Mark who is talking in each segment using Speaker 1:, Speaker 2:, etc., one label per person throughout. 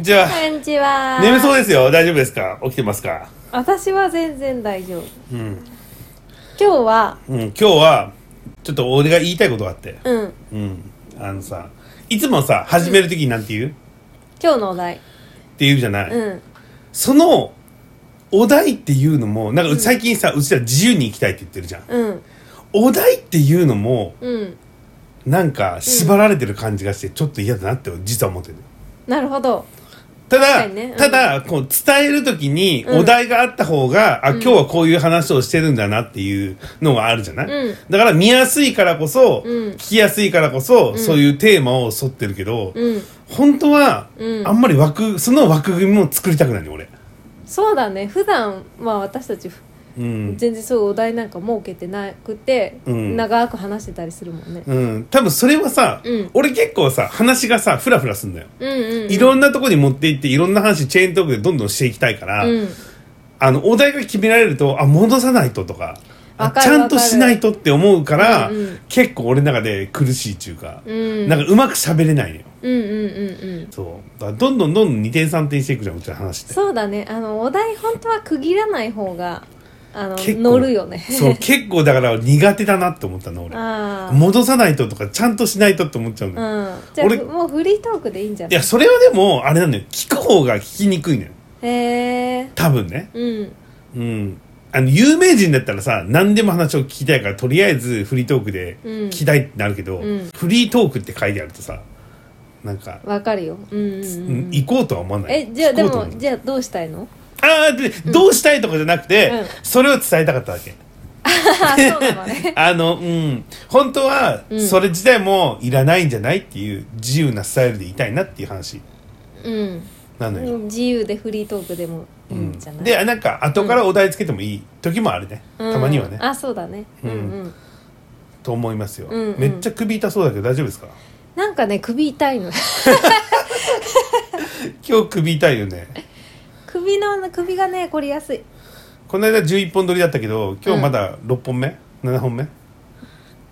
Speaker 1: じゃ
Speaker 2: こんにちは
Speaker 1: あ眠そうですよ大丈夫ですか起きてますか
Speaker 2: 私は全然大丈夫
Speaker 1: うん、
Speaker 2: 今日は
Speaker 1: うん、今日はちょっと俺が言いたいことがあって
Speaker 2: うん
Speaker 1: うんあのさいつもさ始める時になんて言う、っ
Speaker 2: 今日のお題
Speaker 1: て言うじゃない、
Speaker 2: うん
Speaker 1: そのお題っていうのもなんか最近さ、うちら自由に行きたいって言ってるじゃん
Speaker 2: うん
Speaker 1: お題っていうのも
Speaker 2: うん
Speaker 1: なんか縛られてる感じがしてちょっと嫌だなって実は思ってる
Speaker 2: なるほど
Speaker 1: た
Speaker 2: 確か
Speaker 1: だ、
Speaker 2: にねうん
Speaker 1: ただこう伝える時に
Speaker 2: うん
Speaker 1: お題があった方が、あ今日はこういう話をしてるんだなっていうのがあるじゃない、
Speaker 2: うん
Speaker 1: だから見やすいからこそ、
Speaker 2: うん
Speaker 1: 聞きやすいからこそ、そういうテーマを沿ってるけど、
Speaker 2: うん
Speaker 1: 本当は、
Speaker 2: うん
Speaker 1: あんまり枠その枠組みも作りたくないね俺、
Speaker 2: そうだね普段まあ私たち
Speaker 1: うん
Speaker 2: 全然そういうお題なんか設けてなくて、
Speaker 1: うん
Speaker 2: 長く話してたりするもんね
Speaker 1: うん、多分それはさ、
Speaker 2: うん
Speaker 1: 俺結構さ話がさフラフラすんだよ、
Speaker 2: うんうんうん
Speaker 1: いろんなとこに持って行っていろんな話チェーントークでどんどんしていきたいから、
Speaker 2: うん
Speaker 1: あのお題が決められるとあ戻さないととかあ
Speaker 2: わか
Speaker 1: ち
Speaker 2: る
Speaker 1: ゃんとしないとって思うから、
Speaker 2: うんうん
Speaker 1: 結構俺の中で苦しいっていうか、
Speaker 2: うん
Speaker 1: なんかうまく喋れないのよ
Speaker 2: うんうんうんうん
Speaker 1: そうだからどんどんどんどん二点三点していくじゃんうちの話って
Speaker 2: そうだねあのお題本当は区切らない方があの
Speaker 1: 結構
Speaker 2: 乗るよね
Speaker 1: そう結構だから苦手だなって思ったの俺
Speaker 2: ああ
Speaker 1: 戻さないととかちゃんとしないとって思っちゃうのよ、
Speaker 2: うんじゃあ
Speaker 1: 俺
Speaker 2: もうフリートークでいいんじゃ
Speaker 1: い
Speaker 2: ない
Speaker 1: やそれはでもあれなのよ聞く方が聞きにくいのよ
Speaker 2: へえ
Speaker 1: 多分ね
Speaker 2: うん
Speaker 1: うんあの有名人だったらさ何でも話を聞きたいからとりあえずフリートークで
Speaker 2: うん
Speaker 1: 聞きたいってなるけど、
Speaker 2: うん
Speaker 1: フリートークって書いてあるとさなんか、
Speaker 2: わかるようんうんうん
Speaker 1: うん行こうとは思わない
Speaker 2: えじゃあ
Speaker 1: 聞
Speaker 2: で
Speaker 1: こうとは
Speaker 2: も
Speaker 1: 思う
Speaker 2: じゃあどうしたいの
Speaker 1: ああでどうしたいとかじゃなくて、
Speaker 2: うん
Speaker 1: それを伝えたかったわけ
Speaker 2: あそうなのね
Speaker 1: あのうん本当は
Speaker 2: うん
Speaker 1: それ自体もいらないんじゃないっていう自由なスタイルでいたいなっていう話
Speaker 2: うん
Speaker 1: なのよ、
Speaker 2: 自由でフリートークでもいいんじゃない、
Speaker 1: でなんか後からお題つけてもいい時もあるね、
Speaker 2: うん
Speaker 1: たまにはね
Speaker 2: あそうだねうんうん
Speaker 1: と思いますよ、
Speaker 2: うんうん
Speaker 1: めっちゃ首痛そうだけど大丈夫ですか
Speaker 2: なんかね首痛いの
Speaker 1: 今日首痛いよね
Speaker 2: 首の首がね凝りやすい
Speaker 1: この間11本撮りだったけど今日まだ6本目、7本目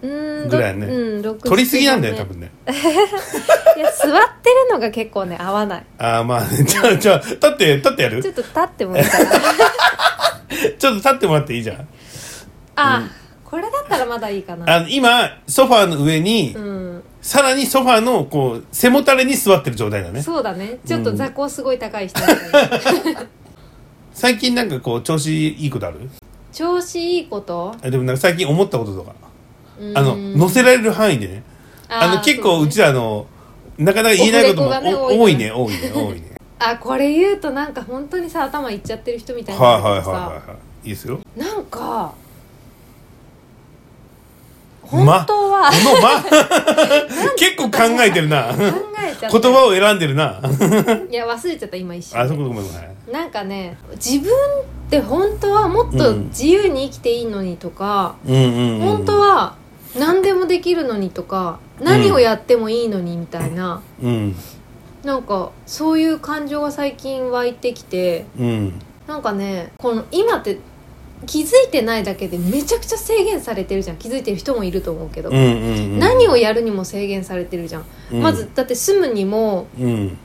Speaker 2: うーん
Speaker 1: ぐらいね
Speaker 2: うん6
Speaker 1: 撮りすぎなんだよ多分ね
Speaker 2: いや座ってるのが結構ね合わない
Speaker 1: ああま あねじゃあじゃあ立って立ってやるち
Speaker 2: ちょ
Speaker 1: ょ
Speaker 2: っと立ってもいいか
Speaker 1: っ
Speaker 2: な
Speaker 1: と立ってもらっていいじゃん
Speaker 2: あ、これだったらまだいいかな
Speaker 1: あの今ソファーの上に、
Speaker 2: うん
Speaker 1: さらにソファーのこう背もたれに座ってる状態だね
Speaker 2: そうだねちょっと座高すごい高い人みたい な
Speaker 1: 最近なんかこう調子いいことある
Speaker 2: 調子いいこと
Speaker 1: あでもなんか最近思ったこととか
Speaker 2: うん
Speaker 1: あの乗せられる範囲でねあの
Speaker 2: ー
Speaker 1: 結
Speaker 2: そう
Speaker 1: 構
Speaker 2: ね
Speaker 1: うちらあのなかなか言えないことも
Speaker 2: オフレコがね
Speaker 1: お多
Speaker 2: 多
Speaker 1: い
Speaker 2: い
Speaker 1: ね
Speaker 2: ね
Speaker 1: 多いね多いね
Speaker 2: あこれ言うとなんか本当にさ頭いっちゃってる人 みたいにな
Speaker 1: はい
Speaker 2: るけ
Speaker 1: はいは
Speaker 2: ど
Speaker 1: いは
Speaker 2: さ、
Speaker 1: いはいいいですよ
Speaker 2: なん
Speaker 1: う
Speaker 2: か本
Speaker 1: ま
Speaker 2: 当は
Speaker 1: もうま結構考えてるな
Speaker 2: 考
Speaker 1: 言
Speaker 2: えちゃった
Speaker 1: 葉を選んでる な
Speaker 2: いや忘れちゃった今一瞬
Speaker 1: あそこごめんごめん
Speaker 2: なんかね自分って本当はもっと自由に生きていいのにとか、
Speaker 1: うんうん、うん、
Speaker 2: 本当は何でもできるのにとか何をやってもいいのにみたいな、
Speaker 1: うん
Speaker 2: なんかそういう感情が最近湧いてきて
Speaker 1: うん
Speaker 2: なんかねこの今って気づいてないだけでめちゃくちゃ制限されてるじゃん気づいてる人もいると思うけど、
Speaker 1: うんうんうん
Speaker 2: 何をやるにも制限されてるじゃん、
Speaker 1: うん
Speaker 2: まずだって住むにも
Speaker 1: うん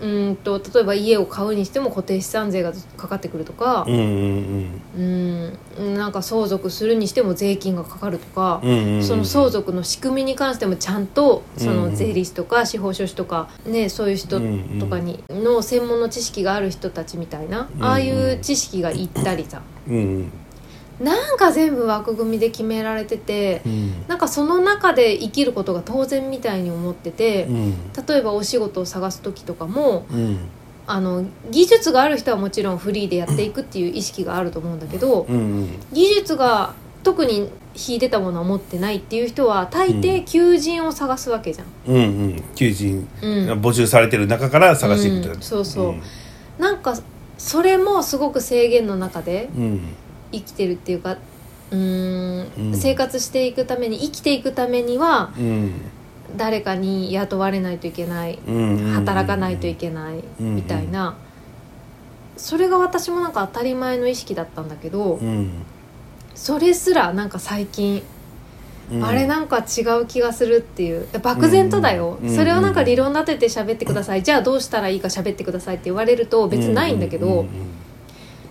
Speaker 2: うーんと例えば家を買うにしても固定資産税がかかってくるとか
Speaker 1: うんうん
Speaker 2: うーんなんか相続するにしても税金がかかるとか、
Speaker 1: うんうんうん
Speaker 2: その相続の仕組みに関してもちゃんとそ
Speaker 1: うんう
Speaker 2: の
Speaker 1: ん
Speaker 2: 税理士とか司法書士とか、ね、そういう人とかにの専門の知識がある人たちみたいな
Speaker 1: うん
Speaker 2: ああいう知識がいったりさ
Speaker 1: うんうん
Speaker 2: なんか全部枠組みで決められてて
Speaker 1: うん
Speaker 2: なんかその中で生きることが当然みたいに思ってて
Speaker 1: うん
Speaker 2: 例えばお仕事を探す時とかも
Speaker 1: うん
Speaker 2: あの技術がある人はもちろんフリーでやっていくっていう意識があると思うんだけど
Speaker 1: うんうん
Speaker 2: 技術が特に引いてたものは持ってないっていう人は大抵求人を探すわけじゃん。
Speaker 1: うんうん求人
Speaker 2: うん
Speaker 1: が募集されてる中から探していくって
Speaker 2: うんそうそう
Speaker 1: う
Speaker 2: なんかそれもすごく制限の中で
Speaker 1: うん
Speaker 2: 生きてるっていうかうーん、
Speaker 1: うん
Speaker 2: 生活していくために生きていくためには
Speaker 1: うん
Speaker 2: 誰かに雇われないといけない
Speaker 1: うんうん
Speaker 2: 働かないとい
Speaker 1: け
Speaker 2: けない
Speaker 1: うん
Speaker 2: みたいな、それが私もなんか当たり前の意識だったんだけど、
Speaker 1: うん
Speaker 2: それすらなんか最近
Speaker 1: うん
Speaker 2: あれなんか違う気がするっていう漠然とだよ、
Speaker 1: うんうん
Speaker 2: それをなんか理論立てて喋ってください、じゃあどうしたらいいか喋ってくださいって言われると別にないんだけど、
Speaker 1: うん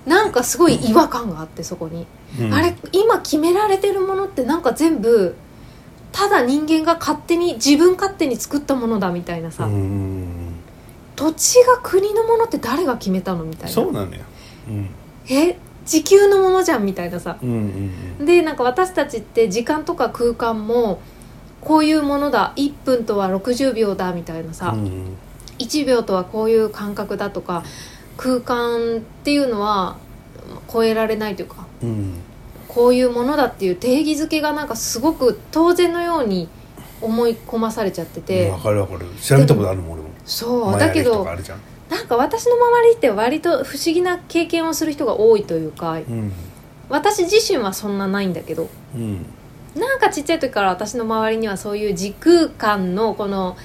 Speaker 2: なんかすごい違和感があってそこに、
Speaker 1: うんうん
Speaker 2: あれ今決められてるものってなんか全部ただ人間が勝手に自分勝手に作ったものだみたいなさ、
Speaker 1: うんうん
Speaker 2: 土地が国のものって誰が決めたのみたい
Speaker 1: そ
Speaker 2: な
Speaker 1: うなのようん
Speaker 2: え地球のものじゃんみたいなさ
Speaker 1: うんうん
Speaker 2: でなんか私たちって時間とか空間もこういうものだ1分とは60秒だみたいな
Speaker 1: う
Speaker 2: さ、
Speaker 1: んうん
Speaker 2: 1秒とはこういう感覚だとか空間っていうのは超えられないというか
Speaker 1: うん
Speaker 2: こういうものだっていう定義づけがなんかすごく当然のように思い込まされちゃってて、
Speaker 1: わかるわかる調べたことあるもん俺も
Speaker 2: そう
Speaker 1: マ
Speaker 2: だ
Speaker 1: ヤ
Speaker 2: け
Speaker 1: 暦と
Speaker 2: ど
Speaker 1: かあるじゃん
Speaker 2: なんか私の周りって割と不思議な経験をする人が多いというか
Speaker 1: うん
Speaker 2: 私自身はそんなないんだけど
Speaker 1: うん
Speaker 2: なんかちっちゃい時から私の周りにはそういう時空間のこの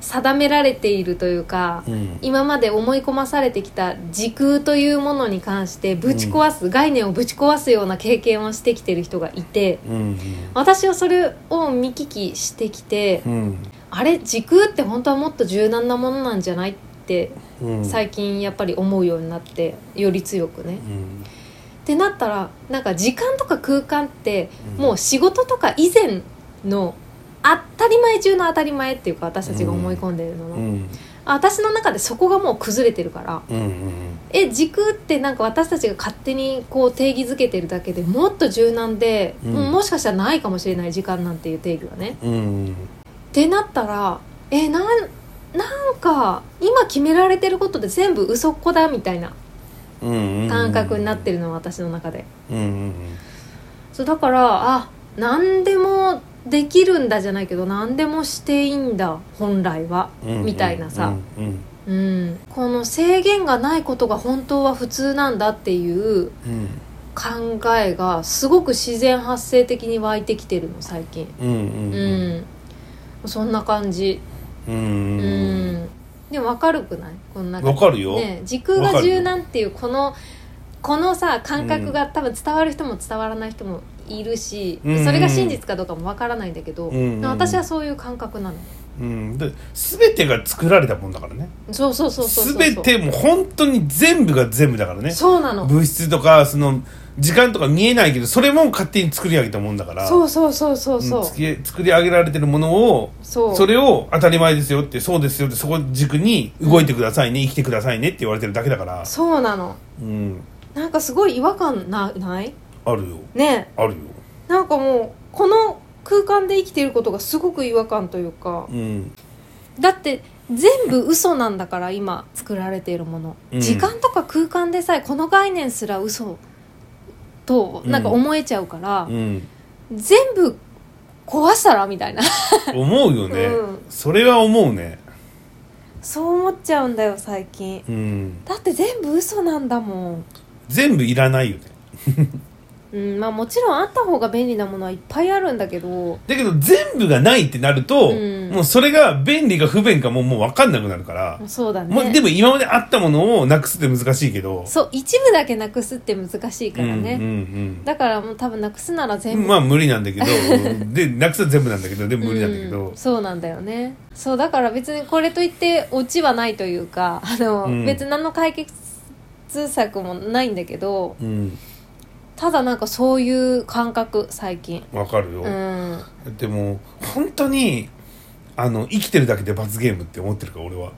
Speaker 2: 定められているというか
Speaker 1: うん
Speaker 2: 今まで思い込まされてきた時空というものに関してぶち壊す、概念をぶち壊すような経験をしてきてる人がいて
Speaker 1: うん
Speaker 2: 私はそれを見聞きしてきて
Speaker 1: うん
Speaker 2: あれ時空って本当はもっと柔軟なものなんじゃないって
Speaker 1: うん
Speaker 2: 最近やっぱり思うようになってより強くね。
Speaker 1: うん
Speaker 2: ってなったらなんか時間とか空間って
Speaker 1: うん
Speaker 2: もう仕事とか以前の当たり前中の当たり前っていうか私たちが思い込んでるのの、
Speaker 1: うん
Speaker 2: あ私の中でそこがもう崩れてるから
Speaker 1: うんうん
Speaker 2: え時空ってなんか私たちが勝手にこう定義づけてるだけでもっと柔軟で、
Speaker 1: うん
Speaker 2: もうもしかしたらないかもしれない時間なんていう定義はね。
Speaker 1: うん
Speaker 2: ってなったらえなんなんか今決められてることで全部嘘っこだみたいな
Speaker 1: うん
Speaker 2: 感覚になってるのは私の中で。
Speaker 1: うんうん
Speaker 2: そうだからあ何でもできるんだじゃないけど何でもしていいんだ本来は、
Speaker 1: うん
Speaker 2: みたいなさ、
Speaker 1: うん
Speaker 2: うん、この制限がないことが本当は普通なんだっていう
Speaker 1: うん
Speaker 2: 考えがすごく自然発生的に湧いてきてるの最近
Speaker 1: うんう
Speaker 2: うん
Speaker 1: うん
Speaker 2: んそんな感じ
Speaker 1: う
Speaker 2: うん
Speaker 1: うん
Speaker 2: んでも分かるくないこのなんか
Speaker 1: わかるよ
Speaker 2: ね時空が柔軟っていうこのこのさ感覚が多分伝わる人も伝わらない人もいるし、
Speaker 1: うん
Speaker 2: それが真実かどうかもわからないんだけど、
Speaker 1: うん
Speaker 2: 私はそういう感覚なの
Speaker 1: うんで全てが作られたもんだからね
Speaker 2: そうそうそうそうそう
Speaker 1: 全てもう本当に全部が全部だからね
Speaker 2: そうなの
Speaker 1: 物質とかその時間とか見えないけどそれも勝手に作り上げたもんだから
Speaker 2: そううそうそうそうそうん
Speaker 1: つけ作り上げられてるものを
Speaker 2: そう
Speaker 1: それを当たり前ですよってそうですよってそこ軸に動いてくださいね、生きてくださいねって言われてるだけだから
Speaker 2: そうなの
Speaker 1: うん
Speaker 2: なんかすごい違和感なない
Speaker 1: あるよ
Speaker 2: ね
Speaker 1: あるよ
Speaker 2: なんかもうこの空間で生きてることがすごく違和感というか
Speaker 1: うん
Speaker 2: だって全部嘘なんだから今作られているもの、
Speaker 1: うん
Speaker 2: 時間とか空間でさえこの概念すら嘘となんか思えちゃうから
Speaker 1: う、ん
Speaker 2: 全部壊したらみた いな
Speaker 1: 思うよね、
Speaker 2: うん
Speaker 1: それは思うね
Speaker 2: そう思っちゃうんだよ最近
Speaker 1: うん
Speaker 2: だって全部嘘なんだもん、
Speaker 1: 全部いらないよね
Speaker 2: うん、まあもちろんあった方が便利なものはいっぱいあるんだけど
Speaker 1: だけど全部がないってなると、
Speaker 2: うん
Speaker 1: もうそれが便利か不便かももう分かんなくなるから、
Speaker 2: そうだね
Speaker 1: もうでも今まであったものをなくすって難しいけど
Speaker 2: そう一部だけなくすって難しいからね、
Speaker 1: うんうん
Speaker 2: だからもう多分なくすなら
Speaker 1: う
Speaker 2: 全
Speaker 1: ん、
Speaker 2: 部
Speaker 1: まあ無理なん だけどでなくすは全部なんだけどでも無理なんだけ
Speaker 2: う
Speaker 1: ど
Speaker 2: ん、そうなんだよねそうだから別にこれといってオチはないというか あの、
Speaker 1: うん
Speaker 2: 別に何の解決策もないんだけど
Speaker 1: うん
Speaker 2: ただなんかそういう感覚最近
Speaker 1: わかるよ、
Speaker 2: うん
Speaker 1: でも本当にあの生きてるだけで罰ゲームって思ってるから俺は、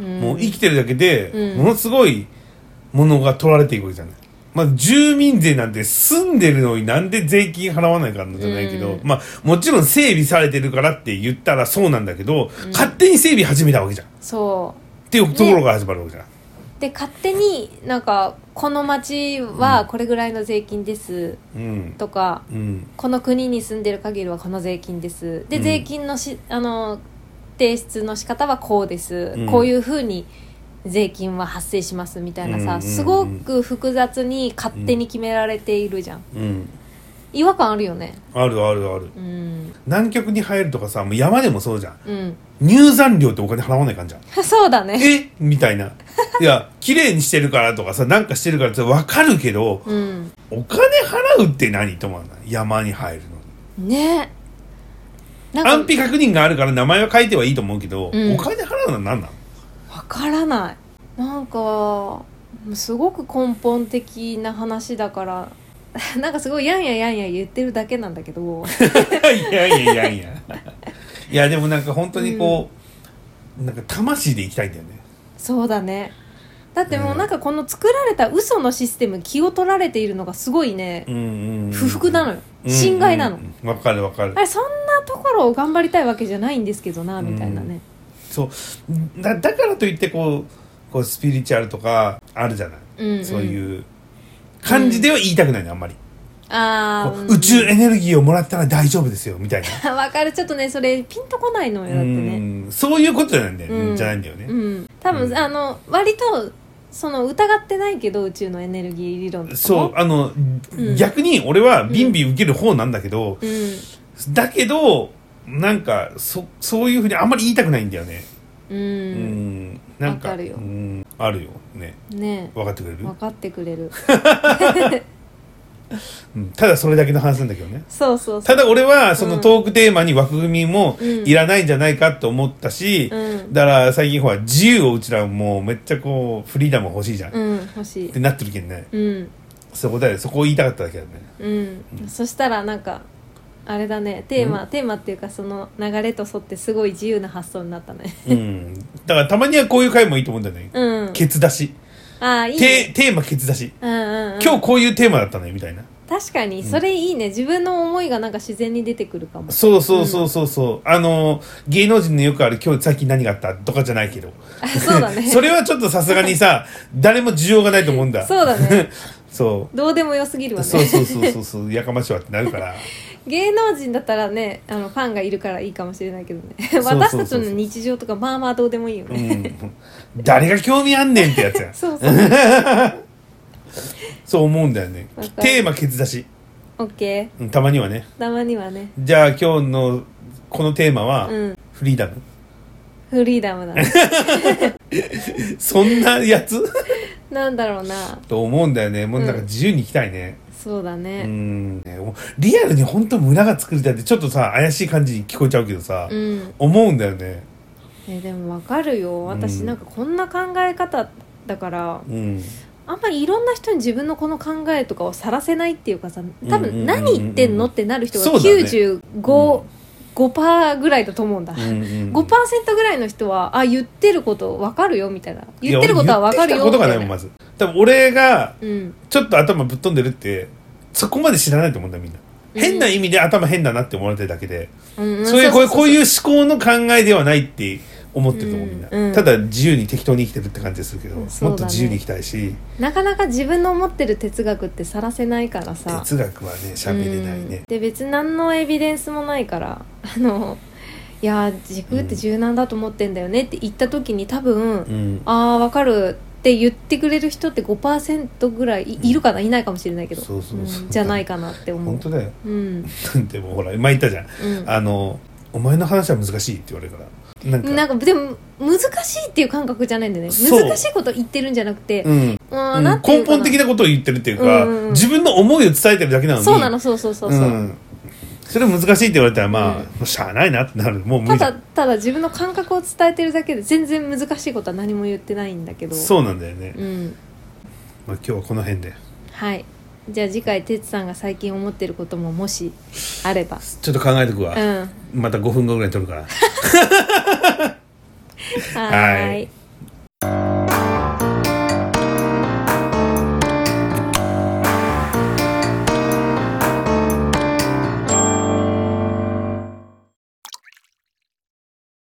Speaker 2: うん
Speaker 1: もう生きてるだけで
Speaker 2: うん
Speaker 1: ものすごいものが取られていくわけじゃない、まあ、住民税なんて住んでるのになんで税金払わないからなんじゃないけど、
Speaker 2: うん
Speaker 1: まあもちろん整備されてるからって言ったらそうなんだけど、勝手に整備始めたわけじゃんっ
Speaker 2: そう
Speaker 1: ていうところが始まるわけじゃん、
Speaker 2: で勝手になんかこの町はこれぐらいの税金です
Speaker 1: うん
Speaker 2: とか、
Speaker 1: うん
Speaker 2: この国に住んでる限りはこの税金ですで、
Speaker 1: うん
Speaker 2: 税金のしあの提出の仕方はこうです、
Speaker 1: うん
Speaker 2: こういうふうに税金は発生しますみたいなさ、
Speaker 1: うんうんうん
Speaker 2: すごく複雑に勝手に決められているじゃん
Speaker 1: うん
Speaker 2: 違和感あるよね
Speaker 1: あるあるある
Speaker 2: うん
Speaker 1: 南極に入るとかさもう山でもそうじゃん
Speaker 2: うん
Speaker 1: 入山料ってお金払わないかんじゃん
Speaker 2: そうだね
Speaker 1: えみたいないや綺麗にしてるからとかさなんかしてるからって分かるけど
Speaker 2: うん
Speaker 1: お金払うって何と思うの山に入るの
Speaker 2: ねなんか
Speaker 1: 安否確認があるから名前は書いてはいいと思うけど、
Speaker 2: うん
Speaker 1: お金払うのは何なの
Speaker 2: わからないなんかすごく根本的な話だから なんかすごいやんややんや言ってるだけなんだけど
Speaker 1: いやいやいやいやいやでもなんか本当にこう、なんか魂でいきたいんだよね
Speaker 2: そうだねだってもう
Speaker 1: ね
Speaker 2: なんかこの作られた嘘のシステム気を取られているのがすごいね
Speaker 1: うんうんうん
Speaker 2: 不服なのよ
Speaker 1: うんうん
Speaker 2: 侵害なの、
Speaker 1: わかるわかる
Speaker 2: あれそんなところを頑張りたいわけじゃないんですけどなみたいなね、
Speaker 1: そうだだからといってこうこうスピリチュアルとかあるじゃない、
Speaker 2: うんうん
Speaker 1: そういう感じでは言いたくないのあんまり、
Speaker 2: あ
Speaker 1: こ
Speaker 2: ー
Speaker 1: う
Speaker 2: うん
Speaker 1: 宇宙エネルギーをもらったら大丈夫ですよみたいな
Speaker 2: わかるちょっとねそれピンとこないのよだってね
Speaker 1: うんそういうことじゃないんだよ、
Speaker 2: うん
Speaker 1: じゃないんだよね、
Speaker 2: うん、多分、
Speaker 1: うん
Speaker 2: あの割とその疑ってないけど宇宙のエネルギー理論とかも
Speaker 1: そうあの、
Speaker 2: うん
Speaker 1: 逆に俺はビンビン受ける方なんだけど、
Speaker 2: う
Speaker 1: だけどなんかそそういうふうにあんまり言いたくないんだよね
Speaker 2: ん、
Speaker 1: う
Speaker 2: うん
Speaker 1: んなんか
Speaker 2: わかるよ
Speaker 1: うんあるよね
Speaker 2: ね
Speaker 1: 分かってくれ
Speaker 2: え
Speaker 1: る
Speaker 2: 分、かってくれる
Speaker 1: うん、ただそれだけの話なんだけどね
Speaker 2: そうそうそ
Speaker 1: た
Speaker 2: う
Speaker 1: だ俺はその
Speaker 2: うん
Speaker 1: トークテーマに枠組みも
Speaker 2: うん
Speaker 1: いらないんじゃないかと思ったし、
Speaker 2: うん
Speaker 1: だから最近ほら自由をうちらもうめっちゃこうフリーダム欲しいじゃん、っ
Speaker 2: うん欲してい
Speaker 1: なってるけんね
Speaker 2: うん
Speaker 1: そこだよそこを言いたかっただけだね
Speaker 2: うん、そしたらなんかあれだねテーマ、テーマっていうかその流れと沿ってすごい自由な発想になったね
Speaker 1: うんだからたまにはこういう回もいいと思うんだよね、
Speaker 2: うん
Speaker 1: ケツ出し
Speaker 2: ああいい
Speaker 1: テ
Speaker 2: ね
Speaker 1: テーマケツ出し
Speaker 2: うんうんうん、
Speaker 1: 今日こういうテーマだったねみたいな
Speaker 2: 確かにそれいいね、自分の思いがなんか自然に出てくるかも
Speaker 1: そうそうそうそうそう、あの芸能人のよくある今日さっき何があったとかじゃないけど
Speaker 2: あ そうだね
Speaker 1: それはちょっとさすがに さ誰も需要がないと思うんだ
Speaker 2: そう だね
Speaker 1: そう
Speaker 2: どうでもよすぎるわね
Speaker 1: そうそうそうそうそうやかましいわってなるから
Speaker 2: 芸能人だったらねあのファンがいるからいいかもしれないけどね
Speaker 1: う そうそう
Speaker 2: 私たちの日常とかまあまあどうでもいいよ
Speaker 1: う
Speaker 2: ね、
Speaker 1: ん誰が興味あんねんってやつや
Speaker 2: そうそう
Speaker 1: そう思うんだよね
Speaker 2: わかる
Speaker 1: テーマケツ出し
Speaker 2: OK
Speaker 1: うんたまにはね
Speaker 2: たまにはね
Speaker 1: じゃあ今日のこのテーマは、
Speaker 2: うん
Speaker 1: フリーダム
Speaker 2: フリーダムだね
Speaker 1: そんなやつ
Speaker 2: なんだろうな
Speaker 1: と思うんだよねもうなんか
Speaker 2: うん
Speaker 1: 自由に行きたいね、
Speaker 2: そうだ
Speaker 1: う
Speaker 2: ね
Speaker 1: んねおリアルに本当村が作りたいってちょっとさ怪しい感じに聞こえちゃうけどさ、
Speaker 2: うん、
Speaker 1: 思うんだよね
Speaker 2: えでもわかるよ私
Speaker 1: うん
Speaker 2: なんかこんな考え方だから
Speaker 1: うん
Speaker 2: あんまりいろんな人に自分のこの考えとかをさらせないっていうかさ多
Speaker 1: うんうんうんう
Speaker 2: 分
Speaker 1: ん
Speaker 2: 何言ってんのってなる人が
Speaker 1: そうだね
Speaker 2: 95、5%ぐらいだと思うんだ、
Speaker 1: うんうん
Speaker 2: 5%ぐらいの人はあ言ってること分かるよみたいない言
Speaker 1: や
Speaker 2: ってることは分かるよ
Speaker 1: 俺言ってきたことが
Speaker 2: み
Speaker 1: な
Speaker 2: た
Speaker 1: いも
Speaker 2: い
Speaker 1: ん
Speaker 2: な
Speaker 1: まず多分俺が
Speaker 2: うん
Speaker 1: ちょっと頭ぶっ飛んでるってそこまで知らないと思うんだみんな
Speaker 2: うん
Speaker 1: 変な意味で頭変だなって思われてるだけで、
Speaker 2: うん
Speaker 1: そういうこういうこういうう思考の考えではないって思ってると思うみんな、
Speaker 2: うんうん
Speaker 1: ただ自由に適当に生きてるって感じがするけど、
Speaker 2: うん
Speaker 1: も
Speaker 2: そうだね
Speaker 1: っと自由に生きたいし
Speaker 2: なかなか自分の思ってる哲学ってさらせないからさ
Speaker 1: 哲学はね喋れない
Speaker 2: うん
Speaker 1: ね、
Speaker 2: で別に何のエビデンスもないからあのいやー時空って柔軟だと思ってんだよねって言った時に多分、
Speaker 1: うん
Speaker 2: あー分かるって言ってくれる人って5%ぐらいいいるかないないかもしれないけど
Speaker 1: そうそうそう
Speaker 2: うんじゃないかなって思う
Speaker 1: 本当だよ
Speaker 2: うん
Speaker 1: でもほら前言ったじゃん
Speaker 2: うん
Speaker 1: あの「お前の話は難しい」って言われるからなんか
Speaker 2: なんかでも難しいっていう感覚じゃないんだよね
Speaker 1: そう
Speaker 2: 難しいこと言ってるんじゃなくて、う
Speaker 1: うん
Speaker 2: ー、
Speaker 1: うんん
Speaker 2: なんてい
Speaker 1: 根
Speaker 2: うかな
Speaker 1: 本的なことを言ってるっていうか、
Speaker 2: うんうん
Speaker 1: 自分の思いを伝えてるだけなのに
Speaker 2: そうなのそうそうそうそう、
Speaker 1: ん、それ難しいって言われたらまあ、
Speaker 2: うん
Speaker 1: もうしゃあないなってなるもう無
Speaker 2: た
Speaker 1: 理
Speaker 2: だただ自分の感覚を伝えてるだけで全然難しいことは何も言ってないんだけどう、
Speaker 1: そうなんだよね、
Speaker 2: ん、
Speaker 1: まあ、今日はこの辺で
Speaker 2: はいじゃあ次回哲さんが最近思ってることももしあれば
Speaker 1: ちょっと考えとくわ
Speaker 2: うんは
Speaker 1: また5分後ぐらいに撮るから
Speaker 2: ー
Speaker 1: はいい